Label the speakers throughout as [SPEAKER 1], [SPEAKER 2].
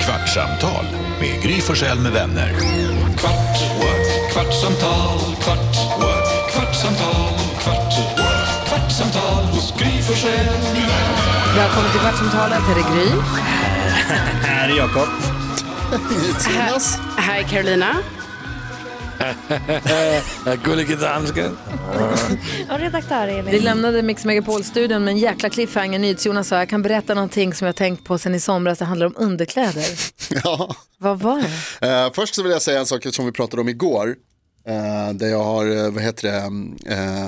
[SPEAKER 1] Kvartsamtal med Gry Forssell med vänner. Kvart, what? kvartsamtal, kvart, what? kvartsamtal, kvart, what? kvartsamtal hos Gry Forssell med vänner.
[SPEAKER 2] Välkommen till Kvartsamtalet, här är Gry.
[SPEAKER 3] Här är Jakob.
[SPEAKER 4] Här, här är Carolina.
[SPEAKER 3] Gullige dansken.
[SPEAKER 5] Och redaktör Elin.
[SPEAKER 2] Vi lämnade Mix Megapol-studion med en jäkla cliffhanger. NyhetsJonas sa jag kan berätta någonting som jag tänkt på sen i somras. Det handlar om underkläder.
[SPEAKER 6] Ja.
[SPEAKER 2] Vad var det?
[SPEAKER 6] Eh, först så vill jag säga en sak som vi pratade om igår. Eh, där jag har, eh, vad heter det, eh,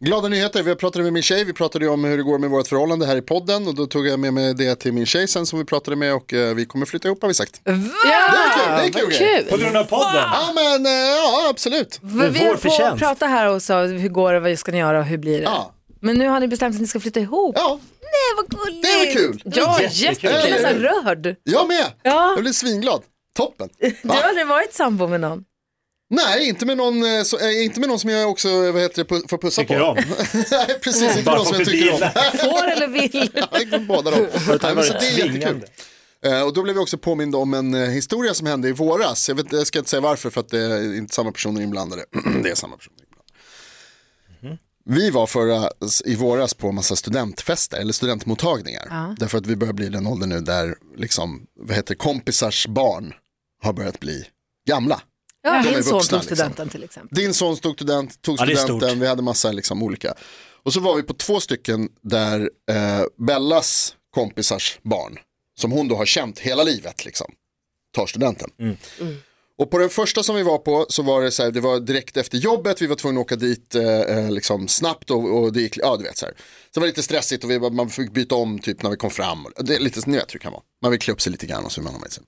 [SPEAKER 6] glada nyheter. Vi pratade med min tjej, vi pratade ju om hur det går med vårt förhållande här i podden. Och då tog jag med mig det till min tjej sen som vi pratade med och eh, vi kommer flytta ihop har vi sagt. Ja, det är kul, det är kul. grej.
[SPEAKER 3] På grund av podden.
[SPEAKER 6] Ja men eh, ja, absolut.
[SPEAKER 2] Vi
[SPEAKER 3] vår
[SPEAKER 2] höll på att
[SPEAKER 3] förtjänst.
[SPEAKER 2] prata här och sa hur går det, vad ska ni göra och hur blir det?
[SPEAKER 6] Ja.
[SPEAKER 2] Men nu har ni bestämt att ni ska flytta ihop.
[SPEAKER 6] Ja,
[SPEAKER 2] Nej, vad gulligt.
[SPEAKER 6] det är väl kul.
[SPEAKER 2] Ja, jättekul.
[SPEAKER 3] Jättekul.
[SPEAKER 2] Jag är nästan rörd.
[SPEAKER 6] Jag med,
[SPEAKER 2] Ja.
[SPEAKER 6] jag blir svinglad. Toppen.
[SPEAKER 2] Du har aldrig varit sambo med någon.
[SPEAKER 6] Nej, inte med någon, eh, så, eh, inte med någon som jag också eh, vad heter det, pu- får pussa
[SPEAKER 3] Tycker
[SPEAKER 6] på.
[SPEAKER 3] om.
[SPEAKER 6] Nej, precis, inte med
[SPEAKER 3] Bara
[SPEAKER 6] någon
[SPEAKER 3] för
[SPEAKER 6] som
[SPEAKER 3] att
[SPEAKER 6] jag
[SPEAKER 3] du
[SPEAKER 6] tycker om.
[SPEAKER 3] gillar.
[SPEAKER 2] Får eller vill.
[SPEAKER 6] Jag gick med båda dem. Nej, men så det är jättekul.
[SPEAKER 3] Tvingande.
[SPEAKER 6] Eh, Och då blev jag också påmind om en eh, historia som hände i våras. Jag, vet, jag ska inte säga varför för att det är inte samma personer inblandade. det är samma personer inblandade. Vi var förra, i våras på massa studentfester eller studentmottagningar. Därför att vi börjar bli i den åldern nu där liksom, vad heter det, kompisars barn har börjat bli gamla.
[SPEAKER 2] Ja,
[SPEAKER 6] De är
[SPEAKER 2] min son
[SPEAKER 6] vuxna, liksom.
[SPEAKER 2] tog studenten till exempel.
[SPEAKER 6] Din son tog student, tog
[SPEAKER 3] Ja, det är
[SPEAKER 6] studenten,
[SPEAKER 3] stort.
[SPEAKER 6] vi hade massa liksom olika. Och så var vi på två stycken där eh, Bellas kompisars barn, som hon då har känt hela livet, liksom, tar studenten. Och på den första som vi var på så var det så här, det var direkt efter jobbet, vi var tvungna att åka dit eh, eh, liksom snabbt och, och det gick, ja du vet så här. Så var det lite stressigt och vi, bara- man fick byta om typ när vi kom fram. Och Det är lite, ni vet hur det kan vara. Man vill klä upp sig lite grann och så vill man ha med sig.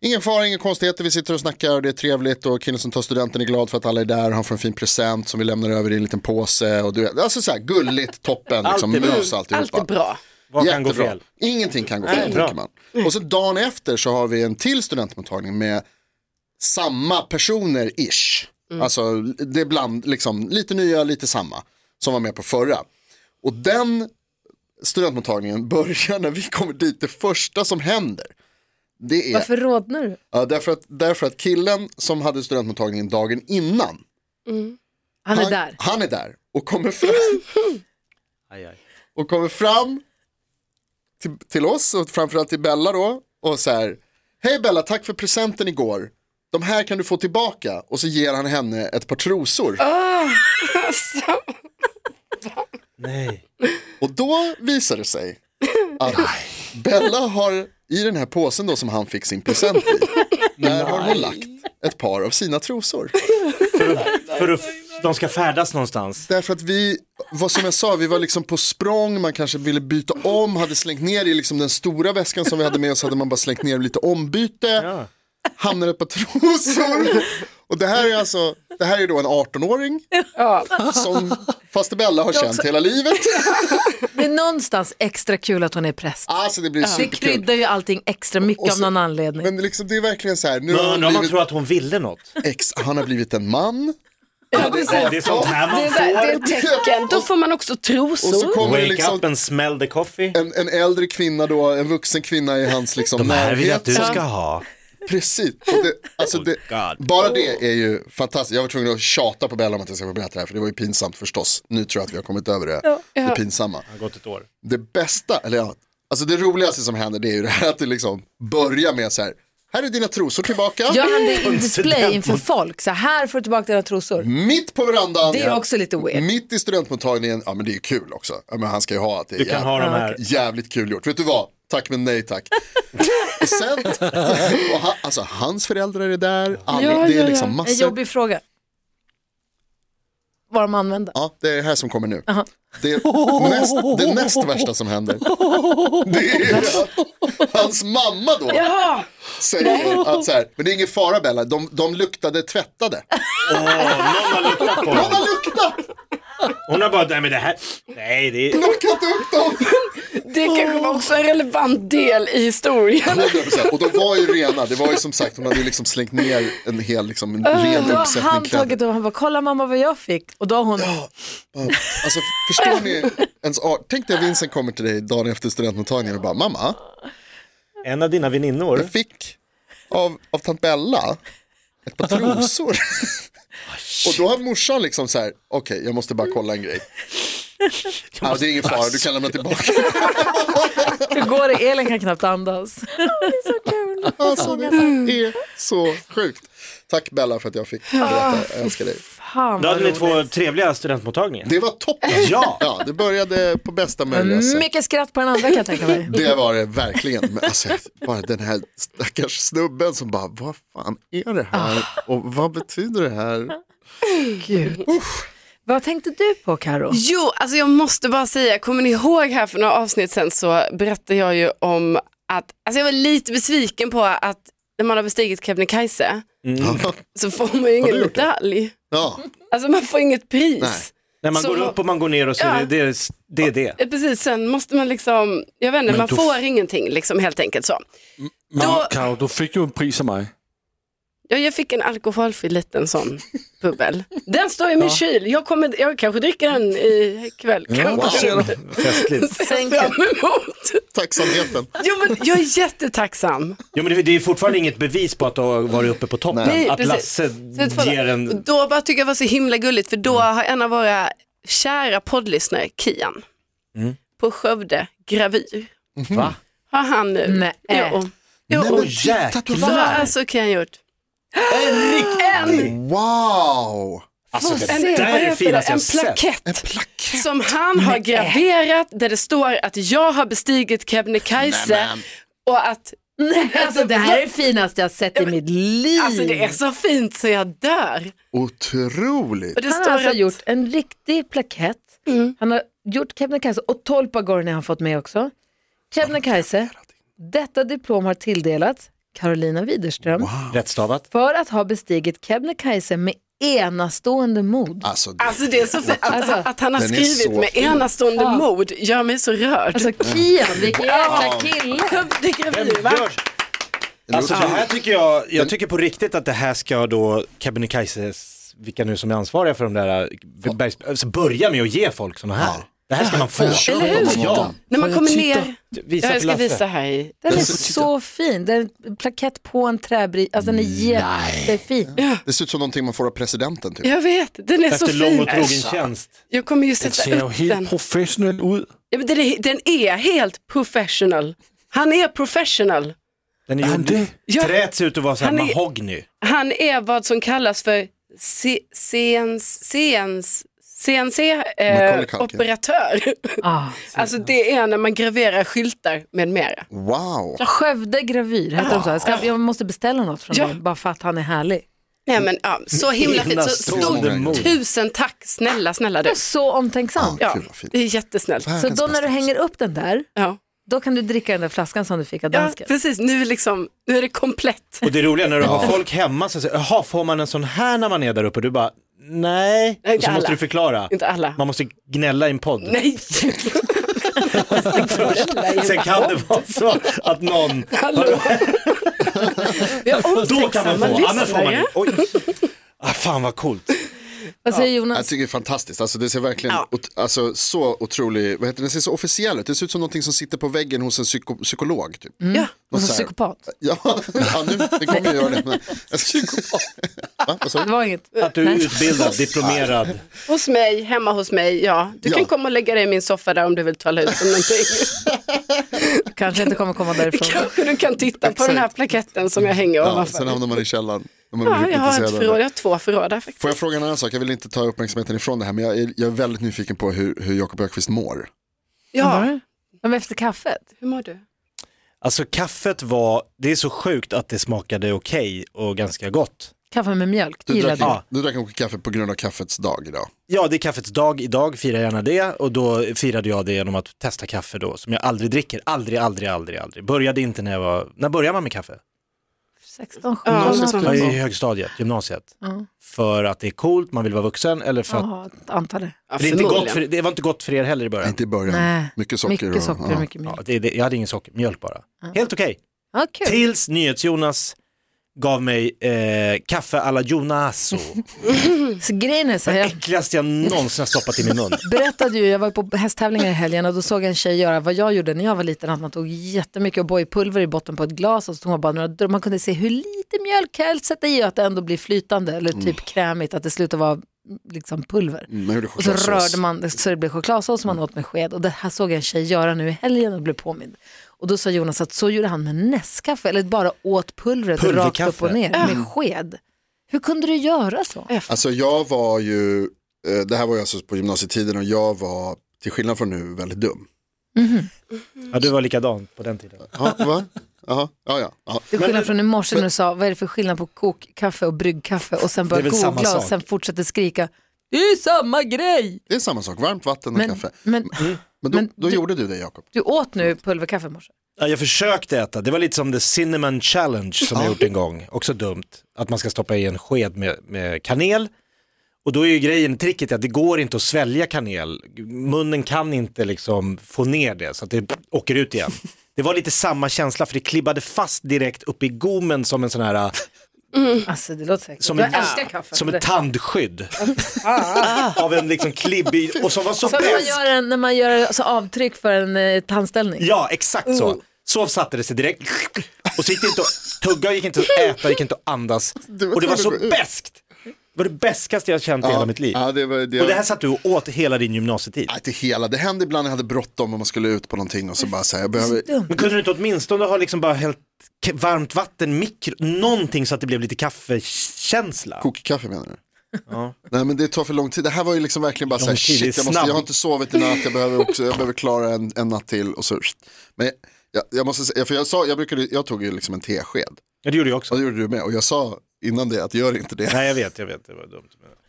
[SPEAKER 6] Ingen fara, inga konstigheter, vi sitter och snackar och det är trevligt och killen som tar studenten är glad för att alla är där och han får en fin present som vi lämnar över i en liten påse. Och du vet, alltså så här gulligt, toppen, liksom,
[SPEAKER 3] Allt är bra.
[SPEAKER 6] mys alltihopa.
[SPEAKER 4] Allt är bra.
[SPEAKER 3] Vad kan gå fel?
[SPEAKER 6] Ingenting kan gå fel,
[SPEAKER 3] bra.
[SPEAKER 6] tycker man. Och så dagen efter så har vi en till studentmottagning med samma personer-ish. Alltså det är bland, liksom, lite nya, lite samma, som var med på förra. Och den studentmottagningen börjar när vi kommer dit, det första som händer. Det är
[SPEAKER 2] Varför rodnar du?
[SPEAKER 6] Ja, därför, att, därför att killen som hade studentmottagningen dagen innan,
[SPEAKER 2] Han är där.
[SPEAKER 6] han är där och kommer fram, och kommer fram till, till oss och framförallt till Bella då och så här, hej Bella, tack för presenten igår. De här kan du få tillbaka och så ger han henne ett par trosor.
[SPEAKER 3] Nej.
[SPEAKER 6] Och då visar det sig att Bella har i den här påsen då som han fick sin present i, där har hon lagt ett par av sina trosor.
[SPEAKER 3] För att f- de ska färdas någonstans.
[SPEAKER 6] Därför att vi, vad som jag sa, vi var liksom på språng, man kanske ville byta om, hade slängt ner i liksom den stora väskan som vi hade med oss, hade man bara slängt ner lite ombyte,
[SPEAKER 3] Ja.
[SPEAKER 6] hamnade ett par trosor. Och det här är alltså, det här är då en 18-åring som faster Bella har känt hela livet.
[SPEAKER 2] Det är någonstans extra kul att hon är präst.
[SPEAKER 6] Alltså det blir
[SPEAKER 2] Det
[SPEAKER 6] superkul.
[SPEAKER 2] kryddar ju allting extra mycket
[SPEAKER 6] Och
[SPEAKER 2] av
[SPEAKER 6] så-
[SPEAKER 2] någon anledning.
[SPEAKER 6] Men liksom, det är verkligen så här, nu
[SPEAKER 3] Men
[SPEAKER 6] har han
[SPEAKER 3] undrar om man
[SPEAKER 6] blivit
[SPEAKER 3] tror att hon ville något.
[SPEAKER 6] ex, han har blivit en man.
[SPEAKER 3] Ja, det är sånt här man
[SPEAKER 4] Det är
[SPEAKER 3] får.
[SPEAKER 4] ett tecken. Då får man också
[SPEAKER 6] Och så
[SPEAKER 4] trosor.
[SPEAKER 6] kommer det
[SPEAKER 3] Wake
[SPEAKER 6] liksom
[SPEAKER 3] up and smell the coffee.
[SPEAKER 6] en, en äldre kvinna då, en vuxen kvinna i hans liksom
[SPEAKER 3] De här vill jag att
[SPEAKER 6] närhet
[SPEAKER 3] du
[SPEAKER 6] som-
[SPEAKER 3] ska ha.
[SPEAKER 6] Precis. Och det, alltså
[SPEAKER 3] Oh,
[SPEAKER 6] det,
[SPEAKER 3] God.
[SPEAKER 6] bara
[SPEAKER 2] Oh.
[SPEAKER 6] det är ju fantastiskt. Jag var tvungen att tjata på Bella om att jag ska få berätta det här, för det var ju pinsamt förstås. Nu tror jag att vi har kommit över det, det pinsamma.
[SPEAKER 3] Det har gått ett år.
[SPEAKER 6] Det bästa, eller ja, alltså det roligaste som händer det är ju det här att det liksom börjar med så här, här är dina trosor tillbaka,
[SPEAKER 2] Gör han det i en display inför folk? Så här får du tillbaka dina trosor.
[SPEAKER 6] mitt på verandan,
[SPEAKER 2] Det är också lite weird.
[SPEAKER 6] mitt i studentmottagningen, ja men det är ju kul också. Ja, men han ska ju ha att det är
[SPEAKER 3] Du kan
[SPEAKER 6] jävligt-
[SPEAKER 3] ha de här.
[SPEAKER 6] Jävligt kul gjort. Vet du vad? Tack men nej tack. och sen, och han, alltså hans föräldrar är där, alla, det är liksom
[SPEAKER 2] En
[SPEAKER 6] massor.
[SPEAKER 2] jobbig fråga. Vad de använder.
[SPEAKER 6] Ja, det är det här som kommer nu. Det, är näst, det näst värsta som händer. Det är att hans mamma då säger att så här, men det är ingen fara Bella, de, de luktade tvättade.
[SPEAKER 3] Åh, någon har luktat på
[SPEAKER 6] De
[SPEAKER 3] dem.
[SPEAKER 6] har luktat,
[SPEAKER 3] Hon har bara, nej men det här, nej det är,
[SPEAKER 6] plockat upp dem.
[SPEAKER 4] Det kanske var också en relevant del i historien.
[SPEAKER 6] 100%. Och de var ju rena, det var ju som sagt, hon hade ju liksom slängt ner en hel liksom, en ren
[SPEAKER 2] Då har
[SPEAKER 6] uppsättning
[SPEAKER 2] han
[SPEAKER 6] kläder.
[SPEAKER 2] tagit och han bara, kolla mamma vad jag fick. Och då har hon,
[SPEAKER 6] Alltså förstår ni ens art? Tänk dig att Vincent kommer till dig dagen efter studentmottagningen och bara mamma.
[SPEAKER 3] En av dina väninnor.
[SPEAKER 6] Jag fick av, av tant Bella ett par trosor. Och då har morsan liksom så här, okej jag måste bara kolla en grej. Ja, det är ingen fara, du kan lämna tillbaka.
[SPEAKER 2] Hur går det? Elin kan knappt andas.
[SPEAKER 6] Alltså, det är så sjukt. Tack Bella för att jag fick berätta, jag älskar dig.
[SPEAKER 2] Fan,
[SPEAKER 3] Då
[SPEAKER 2] vad
[SPEAKER 3] hade ni
[SPEAKER 2] roligt.
[SPEAKER 3] två trevliga studentmottagningar.
[SPEAKER 6] Det var toppen.
[SPEAKER 3] Ja.
[SPEAKER 6] ja, det började på bästa möjliga sätt.
[SPEAKER 2] Mycket skratt på den andra kan jag tänka mig.
[SPEAKER 6] Det var det verkligen. Men alltså, bara den här stackars snubben som bara, vad fan är det här och vad betyder det här?
[SPEAKER 2] Gud. Vad tänkte du på Karo?
[SPEAKER 4] Jo, alltså jag måste bara säga, kommer ni ihåg här för några avsnitt sen så berättade jag ju om att, alltså jag var lite besviken på att när man har bestigit Kebnekaise så får man ju
[SPEAKER 6] Har du
[SPEAKER 4] ingen
[SPEAKER 6] gjort det?
[SPEAKER 4] medalj.
[SPEAKER 6] Ja,
[SPEAKER 4] Alltså man får inget pris.
[SPEAKER 6] Nej.
[SPEAKER 3] När man
[SPEAKER 4] Så-
[SPEAKER 3] går upp och man går ner och så är det
[SPEAKER 4] Ja.
[SPEAKER 3] det. Är, det, är det.
[SPEAKER 4] Eh, Precis, sen måste man liksom, jag vet inte,
[SPEAKER 7] Men
[SPEAKER 4] man
[SPEAKER 7] då-
[SPEAKER 4] får ingenting liksom helt enkelt så.
[SPEAKER 7] Men
[SPEAKER 4] Då-
[SPEAKER 7] Karo, du fick ju en pris av mig.
[SPEAKER 4] Ja, jag fick en alkoholfri liten sån bubbel. Den står i min kyl, jag, kommer, jag kanske dricker den ikväll.
[SPEAKER 7] Wow.
[SPEAKER 4] Kanske.
[SPEAKER 3] Festligt.
[SPEAKER 4] Ser jag fram emot.
[SPEAKER 6] tacksamheten.
[SPEAKER 4] Jo men jag är jättetacksam.
[SPEAKER 3] Jo, men det, det är fortfarande inget bevis på att du har varit uppe på toppen.
[SPEAKER 4] Nej,
[SPEAKER 3] att
[SPEAKER 4] precis.
[SPEAKER 3] Lasse
[SPEAKER 4] Slutförra.
[SPEAKER 3] ger
[SPEAKER 4] Och
[SPEAKER 3] en...
[SPEAKER 4] Då bara tycker jag det var så himla gulligt för då har en av våra kära poddlyssnare, Kian, på Skövde gravyr,
[SPEAKER 3] Mm. Va?
[SPEAKER 4] har han nu.
[SPEAKER 2] Nej.
[SPEAKER 4] Jo. Jo.
[SPEAKER 3] men
[SPEAKER 4] Så
[SPEAKER 3] jäklar.
[SPEAKER 4] vad har alltså Kian gjort?
[SPEAKER 6] Wow!
[SPEAKER 3] Alltså det
[SPEAKER 4] En,
[SPEAKER 3] där
[SPEAKER 4] vad
[SPEAKER 3] är det
[SPEAKER 4] heter det?
[SPEAKER 3] finaste
[SPEAKER 4] en
[SPEAKER 3] jag sett.
[SPEAKER 4] plakett som han har graverat där det står att jag har bestigit Kebnekaise
[SPEAKER 6] Nämen.
[SPEAKER 4] och att
[SPEAKER 2] Alltså det här är det finaste jag sett i mitt liv.
[SPEAKER 4] alltså, det är så fint så jag dör.
[SPEAKER 6] Otroligt.
[SPEAKER 4] Och det
[SPEAKER 2] Han har
[SPEAKER 4] står
[SPEAKER 2] alltså
[SPEAKER 4] att,
[SPEAKER 2] gjort en riktig plakett.
[SPEAKER 4] Mm.
[SPEAKER 2] Han har gjort Kebnekaise och Tolpagorni har han fått med också. Kebnekaise, detta diplom har tilldelats Carolina Widerström
[SPEAKER 3] Rättstavat.
[SPEAKER 2] för att ha bestigit Kebnekaise med enastående mod.
[SPEAKER 6] Alltså,
[SPEAKER 4] Alltså det är så fint att,
[SPEAKER 2] Alltså,
[SPEAKER 4] att han har
[SPEAKER 6] den är
[SPEAKER 4] skrivit
[SPEAKER 6] så
[SPEAKER 4] med
[SPEAKER 6] fin.
[SPEAKER 4] enastående
[SPEAKER 2] Ja.
[SPEAKER 4] mod gör mig så rörd.
[SPEAKER 2] Alltså Kian, vilken jäkla kille!
[SPEAKER 4] Skövde
[SPEAKER 3] Vem
[SPEAKER 4] gravyr, va?
[SPEAKER 3] gör? Alltså det här tycker jag, jag tycker på riktigt att det här ska då Kebnekaises, vilka nu som är ansvariga för de där, eh, bergs, alltså börja med att ge folk sådana här. Det här ska man få.
[SPEAKER 6] Eller
[SPEAKER 4] hur?
[SPEAKER 3] Ja,
[SPEAKER 4] När man
[SPEAKER 7] jag
[SPEAKER 4] kommer
[SPEAKER 7] titta?
[SPEAKER 4] ner.
[SPEAKER 3] visa
[SPEAKER 4] Ja, jag
[SPEAKER 3] för
[SPEAKER 4] ska
[SPEAKER 3] Lasse.
[SPEAKER 4] visa här i.
[SPEAKER 2] Den är
[SPEAKER 6] Den ser-
[SPEAKER 2] så fin, den är en plakett på en träbricka, alltså den är jättefin.
[SPEAKER 6] Det ser ut som någonting man får av presidenten. Typ.
[SPEAKER 4] Jag vet, den är så
[SPEAKER 3] Efter lång
[SPEAKER 4] fin.
[SPEAKER 3] och trogen tjänst.
[SPEAKER 4] Jag kommer ju
[SPEAKER 7] Det
[SPEAKER 4] sätta
[SPEAKER 7] ser ju
[SPEAKER 4] upp den.
[SPEAKER 7] helt professionell ut.
[SPEAKER 4] Ja, men den, är, den är helt professional. Han är professional.
[SPEAKER 3] Den är
[SPEAKER 7] Är han
[SPEAKER 3] gjord,
[SPEAKER 7] det?
[SPEAKER 4] Ja.
[SPEAKER 3] träet ser ut att vara så här
[SPEAKER 4] Han är-
[SPEAKER 3] mahogny.
[SPEAKER 4] Han är vad som kallas för C- CNC, CNC,
[SPEAKER 6] Macaulay
[SPEAKER 4] eh,
[SPEAKER 6] Culkin.
[SPEAKER 4] operatör.
[SPEAKER 2] Ah.
[SPEAKER 4] Alltså det är när man graverar skyltar med mera.
[SPEAKER 6] Wow!
[SPEAKER 2] Skövde gravyr, heter de så? här. Ska, jag måste beställa något från
[SPEAKER 4] Ja.
[SPEAKER 2] dem, bara för att han är härlig.
[SPEAKER 4] Nej men ja, så
[SPEAKER 3] Mm.
[SPEAKER 4] himla fint. Så stort
[SPEAKER 3] Enastående mod.
[SPEAKER 4] tusen tack, snälla, snälla du.
[SPEAKER 2] Så omtänksam.
[SPEAKER 4] Ja,
[SPEAKER 6] Gud, vad fint.
[SPEAKER 4] det är jättesnällt.
[SPEAKER 2] Så då när du hänger upp den där,
[SPEAKER 4] Ja.
[SPEAKER 2] då kan du dricka den där flaskan som du fick av
[SPEAKER 4] Ja,
[SPEAKER 2] dansken.
[SPEAKER 4] precis. Nu, är liksom, nu är det komplett.
[SPEAKER 3] Och det är roliga när du har folk hemma så säger jaha får man en sån här när man är där uppe? Du bara, nej.
[SPEAKER 4] Nej,
[SPEAKER 3] Och så
[SPEAKER 4] inte
[SPEAKER 3] måste
[SPEAKER 4] alla.
[SPEAKER 3] du förklara.
[SPEAKER 4] Inte alla.
[SPEAKER 3] Man måste gnälla i en podd.
[SPEAKER 4] Nej,
[SPEAKER 3] Sen kan det vara så att någon,
[SPEAKER 4] hallå. Vi har
[SPEAKER 3] då kan man
[SPEAKER 4] omtänksamma
[SPEAKER 3] få, annars får man
[SPEAKER 4] lyssnare.
[SPEAKER 3] inte. Oj. Ah, fan vad coolt.
[SPEAKER 2] Vad säger
[SPEAKER 6] Jag
[SPEAKER 2] Jonas?
[SPEAKER 6] tycker det är fantastiskt, alltså, det ser verkligen
[SPEAKER 4] Ja.
[SPEAKER 6] ot- alltså, så otroligt, vad heter det? det ser så officiellt ut, det ser ut som någonting som sitter på väggen hos en psyko psykolog. Typ.
[SPEAKER 4] Mm.
[SPEAKER 3] Mm.
[SPEAKER 2] Ja, och
[SPEAKER 6] Och
[SPEAKER 2] så
[SPEAKER 6] så här-
[SPEAKER 2] psykopat.
[SPEAKER 6] Ja, ja nu, det kommer jag göra det. Men, Va? Vad sa du?
[SPEAKER 2] Det var inget.
[SPEAKER 3] Att du är utbildad, diplomerad.
[SPEAKER 4] Hos mig, hemma hos mig, ja. Du
[SPEAKER 6] Ja.
[SPEAKER 4] kan komma och lägga dig i min soffa där om du vill tala ut om någonting.
[SPEAKER 2] Kanske inte kommer komma därifrån.
[SPEAKER 4] Kanske du kan titta på den här plaketten som jag hänger
[SPEAKER 6] ja,
[SPEAKER 4] ovanför.
[SPEAKER 6] sen hamnar man i källaren. När man
[SPEAKER 4] Ja,
[SPEAKER 6] blir
[SPEAKER 4] jag har ett
[SPEAKER 6] intresserad av det.
[SPEAKER 4] förråd, jag har två förråd där faktiskt.
[SPEAKER 6] Får jag fråga en annan sak? Jag vill inte ta uppmärksamheten ifrån det här, men jag är, jag är väldigt nyfiken på hur, hur Jakob Ökvist mår.
[SPEAKER 4] Ja,
[SPEAKER 2] Men efter kaffet?
[SPEAKER 4] hur mår du?
[SPEAKER 3] Alltså kaffet var, det är så sjukt att det smakade okej och ganska gott.
[SPEAKER 2] Kaffe med mjölk,
[SPEAKER 6] Du drack,
[SPEAKER 2] gillade
[SPEAKER 3] Ja.
[SPEAKER 6] du drack kanske kaffe på grund av kaffets dag idag.
[SPEAKER 3] Ja, det är kaffets dag idag, fira gärna det. Och då firade jag det genom att testa kaffe då, som jag aldrig dricker. Aldrig, aldrig, aldrig, aldrig. Började inte när jag var, när började man med kaffe?
[SPEAKER 2] 16, 17,
[SPEAKER 4] Ja, så
[SPEAKER 3] Ja,
[SPEAKER 4] skulle
[SPEAKER 3] I
[SPEAKER 2] 18.
[SPEAKER 3] högstadiet, gymnasiet.
[SPEAKER 2] Ja.
[SPEAKER 3] För att det är coolt, man vill vara vuxen eller för att
[SPEAKER 2] Jaha, antar det.
[SPEAKER 4] Ja,
[SPEAKER 3] det, är inte gott för,
[SPEAKER 4] förmodligen.
[SPEAKER 3] det var inte gott för er heller i
[SPEAKER 6] Nej,
[SPEAKER 3] början.
[SPEAKER 6] inte i början.
[SPEAKER 2] Nej.
[SPEAKER 6] Mycket socker.
[SPEAKER 2] Mycket socker och
[SPEAKER 6] ja.
[SPEAKER 2] mycket
[SPEAKER 3] Ja,
[SPEAKER 2] mjölk.
[SPEAKER 3] det, det, jag hade ingen socker, mjölk bara. Helt okej.
[SPEAKER 2] Ja, kul.
[SPEAKER 3] Tills NyhetsJonas gav mig eh, kaffe alla Jonaso.
[SPEAKER 2] Så grejen är så här, jag
[SPEAKER 3] Äckligaste jag någonsin har stoppat i min mun.
[SPEAKER 2] berättade ju, jag var ju på hästtävlingar i helgen och då såg jag en tjej göra vad jag gjorde när jag var liten, att man tog jättemycket O'boy-pulver i botten på ett glas och så tog man bara några dr- man kunde se hur lite mjölk helst sätta i och att det ändå blir flytande eller typ krämigt, att det slutar vara liksom pulver.
[SPEAKER 6] Man Mm, gjorde
[SPEAKER 2] Och så
[SPEAKER 6] chokladsås.
[SPEAKER 2] rörde man det så det blev chokladsås som man åt med sked. Och det här såg jag en tjej göra nu i helgen och blev påmind. Och då sa Jonas att så gjorde han med nässkaffe, eller bara åt pulvret rakt
[SPEAKER 3] Pulverkaffe.
[SPEAKER 2] upp och ner med sked. Hur kunde du göra så?
[SPEAKER 6] Alltså jag var ju, eh, det här var ju alltså på gymnasietiden och jag var, till skillnad från nu, väldigt dum.
[SPEAKER 3] Ja, du var likadan på den tiden.
[SPEAKER 6] Ja, va? Jaha, ja, ja. ja.
[SPEAKER 2] Det är skillnad från i morse när du sa, vad är det för skillnad på kokkaffe och bryggkaffe? Och sen
[SPEAKER 3] Det
[SPEAKER 2] började
[SPEAKER 3] är väl samma
[SPEAKER 2] googla och
[SPEAKER 3] sak.
[SPEAKER 2] sen fortsätter skrika, det är ju samma grej!
[SPEAKER 6] Det är samma sak, varmt vatten och
[SPEAKER 2] Men,
[SPEAKER 6] kaffe.
[SPEAKER 2] men
[SPEAKER 3] Mm.
[SPEAKER 6] Men då,
[SPEAKER 2] men
[SPEAKER 6] då
[SPEAKER 2] du-
[SPEAKER 6] gjorde du det Jakob.
[SPEAKER 2] du åt nu pulverkaffe i morse?
[SPEAKER 3] Ja, jag försökte äta, det var lite som the cinnamon challenge som jag gjort en gång, också dumt. Att man ska stoppa i en sked med, med kanel. Och då är ju grejen, tricket är att det går inte att svälja kanel. Munnen kan inte liksom få ner det så att det åker ut igen. Det var lite samma känsla för det klibbade fast direkt upp i gommen som en sån här, äh,
[SPEAKER 2] Alltså det låter säkert.
[SPEAKER 3] Som
[SPEAKER 2] jag
[SPEAKER 3] en-
[SPEAKER 2] älskar kaffe. Ah.
[SPEAKER 3] som ett tandskydd. Av en liksom klibbig, och som var så
[SPEAKER 2] som när man
[SPEAKER 3] besk.
[SPEAKER 2] gör, en, när man gör alltså, avtryck för en eh, tandställning.
[SPEAKER 3] Ja, exakt så.
[SPEAKER 6] Oh.
[SPEAKER 3] Så satte det sig direkt. Och så gick det inte att tugga, gick inte att äta, gick inte att andas.
[SPEAKER 6] var
[SPEAKER 3] och det var så
[SPEAKER 6] tvungen att gå ut.
[SPEAKER 3] beskt. Det var det bäskaste jag känt i hela mitt liv.
[SPEAKER 6] Ja, det var, det,
[SPEAKER 3] Och det här satt du och åt hela din gymnasietid.
[SPEAKER 6] Nej, inte hela, det hände ibland när jag hade bråttom och man skulle ut på någonting och så bara så här, jag behöver...
[SPEAKER 3] Men kunde du inte åtminstone ha liksom bara hällt k- varmt vatten, mikro, någonting så att det blev lite kaffekänsla?
[SPEAKER 6] Kokkaffe menar du? Nej men det tar för lång tid, det här var ju liksom verkligen bara så här,
[SPEAKER 3] Lång tid, det är
[SPEAKER 6] shit jag, måste, jag har
[SPEAKER 3] snabb.
[SPEAKER 6] inte sovit i natt, jag behöver, också, jag behöver klara en, en natt till och så. Men jag, jag, jag måste säga, för jag sa, jag brukade, jag tog ju liksom en tesked.
[SPEAKER 3] Ja, det gjorde jag
[SPEAKER 6] Och
[SPEAKER 3] också.
[SPEAKER 6] det gjorde du med, och jag sa innan det att gör inte det.
[SPEAKER 3] Nej, jag vet, jag vet, det var dumt.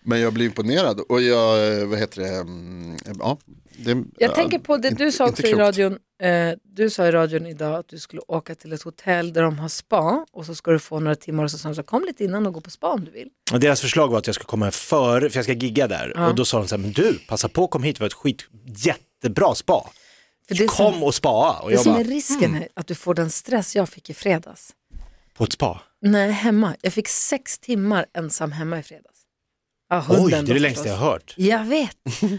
[SPEAKER 6] Men jag blev imponerad och jag, eh, vad heter det, mm, ja. det
[SPEAKER 2] Jag
[SPEAKER 6] ja,
[SPEAKER 2] tänker på det du
[SPEAKER 6] inte-
[SPEAKER 2] sa
[SPEAKER 6] inte
[SPEAKER 2] också i
[SPEAKER 6] klokt.
[SPEAKER 2] radion. Eh, du sa i radion idag att du skulle åka till ett hotell där de har spa och så ska du få några timmar och så sa de så här, kom lite innan och gå på spa om du vill.
[SPEAKER 3] Och deras förslag var att jag skulle komma före, för jag ska gigga där. Och då sa de så här, men du, passa på, kom hit, det var ett skit, jättebra spa.
[SPEAKER 2] För det som,
[SPEAKER 3] Kom och Mm. spa. Och
[SPEAKER 2] det
[SPEAKER 3] jag
[SPEAKER 2] som är
[SPEAKER 3] bara,
[SPEAKER 2] risken är att du får den stress jag fick i fredags.
[SPEAKER 3] på ett spa?
[SPEAKER 2] Nej, hemma. Jag fick sex timmar ensam hemma i fredags. Ja, hunden
[SPEAKER 3] Oj, det är
[SPEAKER 2] då
[SPEAKER 3] det längsta jag
[SPEAKER 2] förstås.
[SPEAKER 3] har hört.
[SPEAKER 2] Jag vet.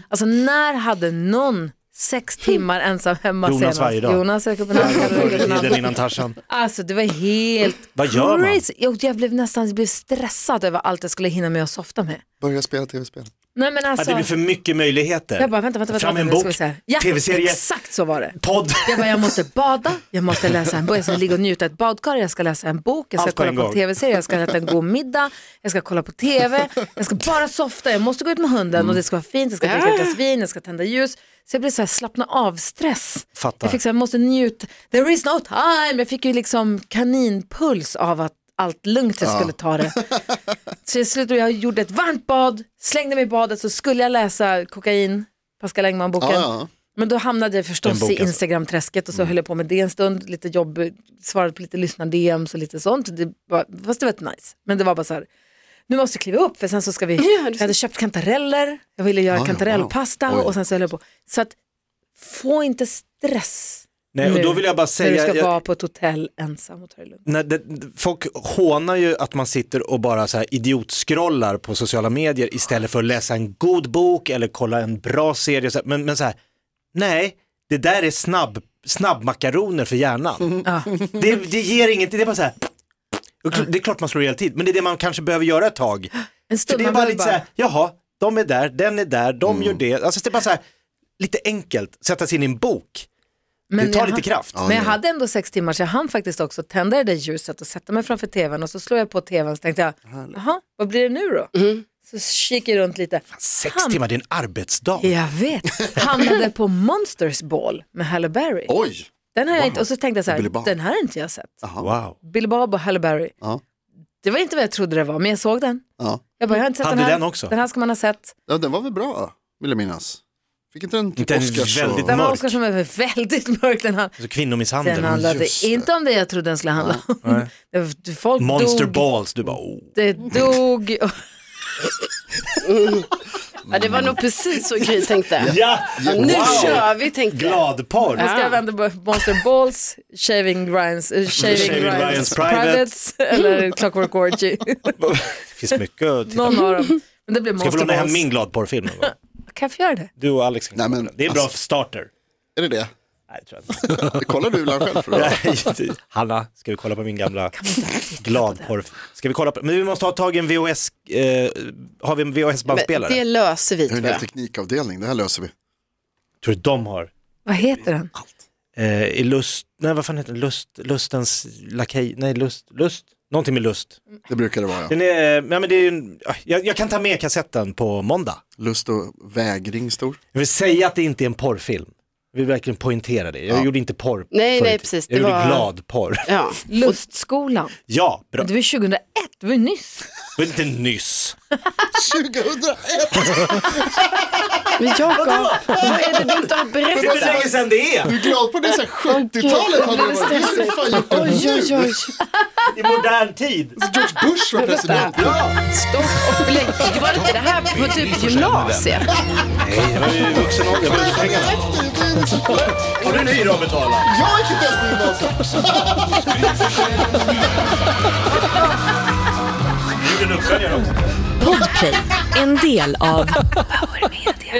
[SPEAKER 2] Alltså när hade någon sex timmar ensam hemma
[SPEAKER 3] Jonas
[SPEAKER 2] senast?
[SPEAKER 3] varje dag.
[SPEAKER 2] Jonas räcker upp en hand. Karin räcker upp en hand.
[SPEAKER 3] Tiden innan Tarzan.
[SPEAKER 2] Alltså det var helt
[SPEAKER 3] Vad gör man?
[SPEAKER 2] crazy. Jag, jag blev nästan jag blev stressad över allt jag skulle hinna med att softa med.
[SPEAKER 6] Börja spela tv-spel.
[SPEAKER 2] Nej men
[SPEAKER 3] Att
[SPEAKER 2] alltså,
[SPEAKER 3] det blir för mycket möjligheter.
[SPEAKER 2] jag bara vänta, vänta, vänta.
[SPEAKER 3] Fram en
[SPEAKER 2] vänta, nu ska
[SPEAKER 3] bok,
[SPEAKER 2] vi se här. ja,
[SPEAKER 3] tv-serie,
[SPEAKER 2] Exakt så var det.
[SPEAKER 3] podd.
[SPEAKER 2] Jag bara, jag måste bada, jag måste läsa en bok, jag ska ligga och njuta i ett badkar, jag ska läsa en bok, jag ska
[SPEAKER 3] Allt på
[SPEAKER 2] kolla
[SPEAKER 3] en
[SPEAKER 2] på
[SPEAKER 3] gång.
[SPEAKER 2] tv-serier, jag ska äta en god middag, jag ska kolla på tv, jag ska bara softa, jag måste gå ut med hunden
[SPEAKER 3] Mm.
[SPEAKER 2] och det ska vara fint, jag ska dricka ett glas vin, jag ska tända ljus. Så jag blev så här slappna av-stress.
[SPEAKER 3] Fattar.
[SPEAKER 2] Jag fick så här, jag måste njuta, there is no time, jag fick ju liksom kaninpuls av att allt lugnt jag skulle ta det. Så jag slutade, jag gjorde ett varmt bad, slängde mig i badet så skulle jag läsa kokain, Pascal Engman-boken.
[SPEAKER 6] Ja, Ah, ja.
[SPEAKER 2] Men då hamnade jag förstås
[SPEAKER 3] En bok,
[SPEAKER 2] i
[SPEAKER 3] alltså.
[SPEAKER 2] Instagram-träsket och så höll jag på med det en stund, lite jobb, svarade på lite lyssnar-DMs och lite sånt. Det var, fast det var ett nice, men det var bara så här, nu måste jag kliva upp för sen så ska vi, jag hade köpt kantareller, jag ville göra
[SPEAKER 6] Ja, ja,
[SPEAKER 2] kantarellpasta
[SPEAKER 6] wow. Oj.
[SPEAKER 2] och sen så höll jag på. Så att, få inte stress
[SPEAKER 3] Nej, och
[SPEAKER 2] nu
[SPEAKER 3] då vill jag bara
[SPEAKER 2] när du
[SPEAKER 3] säga,
[SPEAKER 2] ska
[SPEAKER 3] jag,
[SPEAKER 2] vara på ett hotell ensam och ta det lugnt.
[SPEAKER 3] när det, folk hånar ju att man sitter och bara så här idiotscrollar på sociala medier istället för att läsa en god bok eller kolla en bra serie. Så här, Men, men så här, nej, det där är snabb, snabbmakaroner för
[SPEAKER 2] Mm.
[SPEAKER 3] hjärnan. Det, det ger inget, det är bara så här, det är klart man slår ihjäl tid, men det är det man kanske behöver göra ett tag.
[SPEAKER 2] En
[SPEAKER 3] För
[SPEAKER 2] stund,
[SPEAKER 3] det är
[SPEAKER 2] man
[SPEAKER 3] bara
[SPEAKER 2] behöver
[SPEAKER 3] lite så här, jaha, de är där, den är där, de gör det. Alltså det är bara så här, lite enkelt, sätta sig in i en bok.
[SPEAKER 2] Men
[SPEAKER 3] det tar
[SPEAKER 2] jag
[SPEAKER 3] lite
[SPEAKER 2] hann-
[SPEAKER 3] kraft.
[SPEAKER 2] Men jag hade ändå sex timmar så jag hann faktiskt också tända det där ljuset och sätta mig framför tvn och så slår jag på tvn och så tänkte jag, jaha, vad blir det nu då? Så kikade jag runt lite.
[SPEAKER 3] Sex
[SPEAKER 2] Ham-
[SPEAKER 3] timmar, det är en arbetsdag.
[SPEAKER 2] Jag vet, hamnade på Monsters Ball med Halle Berry.
[SPEAKER 6] Oj,
[SPEAKER 2] Den har jag inte, och så tänkte jag så
[SPEAKER 6] Billy
[SPEAKER 2] här,
[SPEAKER 6] Bob.
[SPEAKER 2] den här har inte jag sett.
[SPEAKER 3] Wow.
[SPEAKER 2] Billy Bob och Halle Berry.
[SPEAKER 6] Ja.
[SPEAKER 2] Det var inte vad jag trodde det var, men jag såg den.
[SPEAKER 6] ja.
[SPEAKER 2] Jag bara, jag har inte sett
[SPEAKER 3] Hade
[SPEAKER 2] den här.
[SPEAKER 3] den också?
[SPEAKER 2] Den här ska man ha sett.
[SPEAKER 6] ja den var väl bra, vill jag minnas. Fick inte den
[SPEAKER 3] Inte en
[SPEAKER 6] Oscars?
[SPEAKER 3] väldigt-
[SPEAKER 6] och-
[SPEAKER 2] Den var
[SPEAKER 3] Mörk.
[SPEAKER 2] Oscar som är väldigt mörk. Den, här.
[SPEAKER 3] Alltså
[SPEAKER 2] den
[SPEAKER 3] kvinnomisshandel.
[SPEAKER 2] handlade
[SPEAKER 6] just det.
[SPEAKER 2] inte om det jag trodde den skulle handla om. Det- Folk
[SPEAKER 3] Monster
[SPEAKER 2] dog
[SPEAKER 3] balls, du bara oh.
[SPEAKER 2] det dog.
[SPEAKER 4] Ja, det var nog precis så Gry tänkte.
[SPEAKER 3] Ja,
[SPEAKER 4] Ja, nu kör vi tänkte jag.
[SPEAKER 3] Gladporr.
[SPEAKER 2] Man ska
[SPEAKER 4] Ja.
[SPEAKER 2] använda både Monster Balls, Shaving Ryan's, eh, shaving
[SPEAKER 3] Shaving
[SPEAKER 2] Ryan's,
[SPEAKER 3] Ryan's
[SPEAKER 2] Privates eller Clockwork Orgy.
[SPEAKER 3] Det finns mycket att titta på.
[SPEAKER 2] Någon av dem. Men det blir
[SPEAKER 3] Ska jag
[SPEAKER 2] Monster
[SPEAKER 3] få låna hem
[SPEAKER 2] Balls.
[SPEAKER 3] min gladporrfilm någon gång?
[SPEAKER 2] Kan jag få göra det?
[SPEAKER 3] Du och Alex. kan
[SPEAKER 6] Nej, men,
[SPEAKER 3] kolla. det är en bra starter.
[SPEAKER 6] Är det det?
[SPEAKER 3] Nej, jag tror jag inte.
[SPEAKER 6] Kollar du ibland själv? För det?
[SPEAKER 3] Nej, Hanna, ska vi kolla på min gamla gladporr? Ska vi kolla på, men vi måste ha tag i en VHS, eh, har vi en
[SPEAKER 4] Men
[SPEAKER 3] VHS-bandspelare?
[SPEAKER 4] det löser vi
[SPEAKER 6] Jag har
[SPEAKER 4] tror
[SPEAKER 6] en hel
[SPEAKER 4] jag.
[SPEAKER 6] teknikavdelning, det här löser vi.
[SPEAKER 3] Tror du de har?
[SPEAKER 2] Vad heter den?
[SPEAKER 3] Eh, i lust, nej vad fan heter den, lust, lustens lakej, nej lust, lust, någonting med lust.
[SPEAKER 6] Det brukar det vara. Ja.
[SPEAKER 3] Den är, eh, nej men det är ju en, jag, jag kan ta med kassetten på måndag.
[SPEAKER 6] Lust och vägring stor.
[SPEAKER 3] Jag vill säga att det inte är en porrfilm. Jag vill verkligen poängtera det. Jag
[SPEAKER 6] Ja.
[SPEAKER 3] gjorde inte porr
[SPEAKER 4] Nej,
[SPEAKER 3] förut.
[SPEAKER 4] nej, precis.
[SPEAKER 3] Jag
[SPEAKER 4] Det
[SPEAKER 3] gjorde
[SPEAKER 4] var-
[SPEAKER 3] gladporr.
[SPEAKER 4] Ja.
[SPEAKER 2] Lustskolan.
[SPEAKER 3] Ja, bra.
[SPEAKER 2] Men Det var ju 2001, det var ju nyss.
[SPEAKER 3] Det var lite nyss.
[SPEAKER 6] 2001!
[SPEAKER 4] Men Jakob, vad är det du inte har
[SPEAKER 3] Det är
[SPEAKER 4] berättat?
[SPEAKER 3] länge sedan det är.
[SPEAKER 6] Du är glad på det så här 70-talet hade det varit. Det hade fan gjort det
[SPEAKER 4] Oj,
[SPEAKER 6] nu.
[SPEAKER 4] oj, oj.
[SPEAKER 3] I modern tid.
[SPEAKER 6] George Bush var president. Ja.
[SPEAKER 4] Stopp och belägg. Det var inte det här på typ gymnasiet.
[SPEAKER 3] Nej, jag var ju vuxen ålder. Jag behövde pengarna. Har du en hyra att betala?
[SPEAKER 6] Jag gick inte ens på gymnasiet.
[SPEAKER 3] Jag gjorde en uppföljare också.
[SPEAKER 8] Podplay, en del av
[SPEAKER 2] Det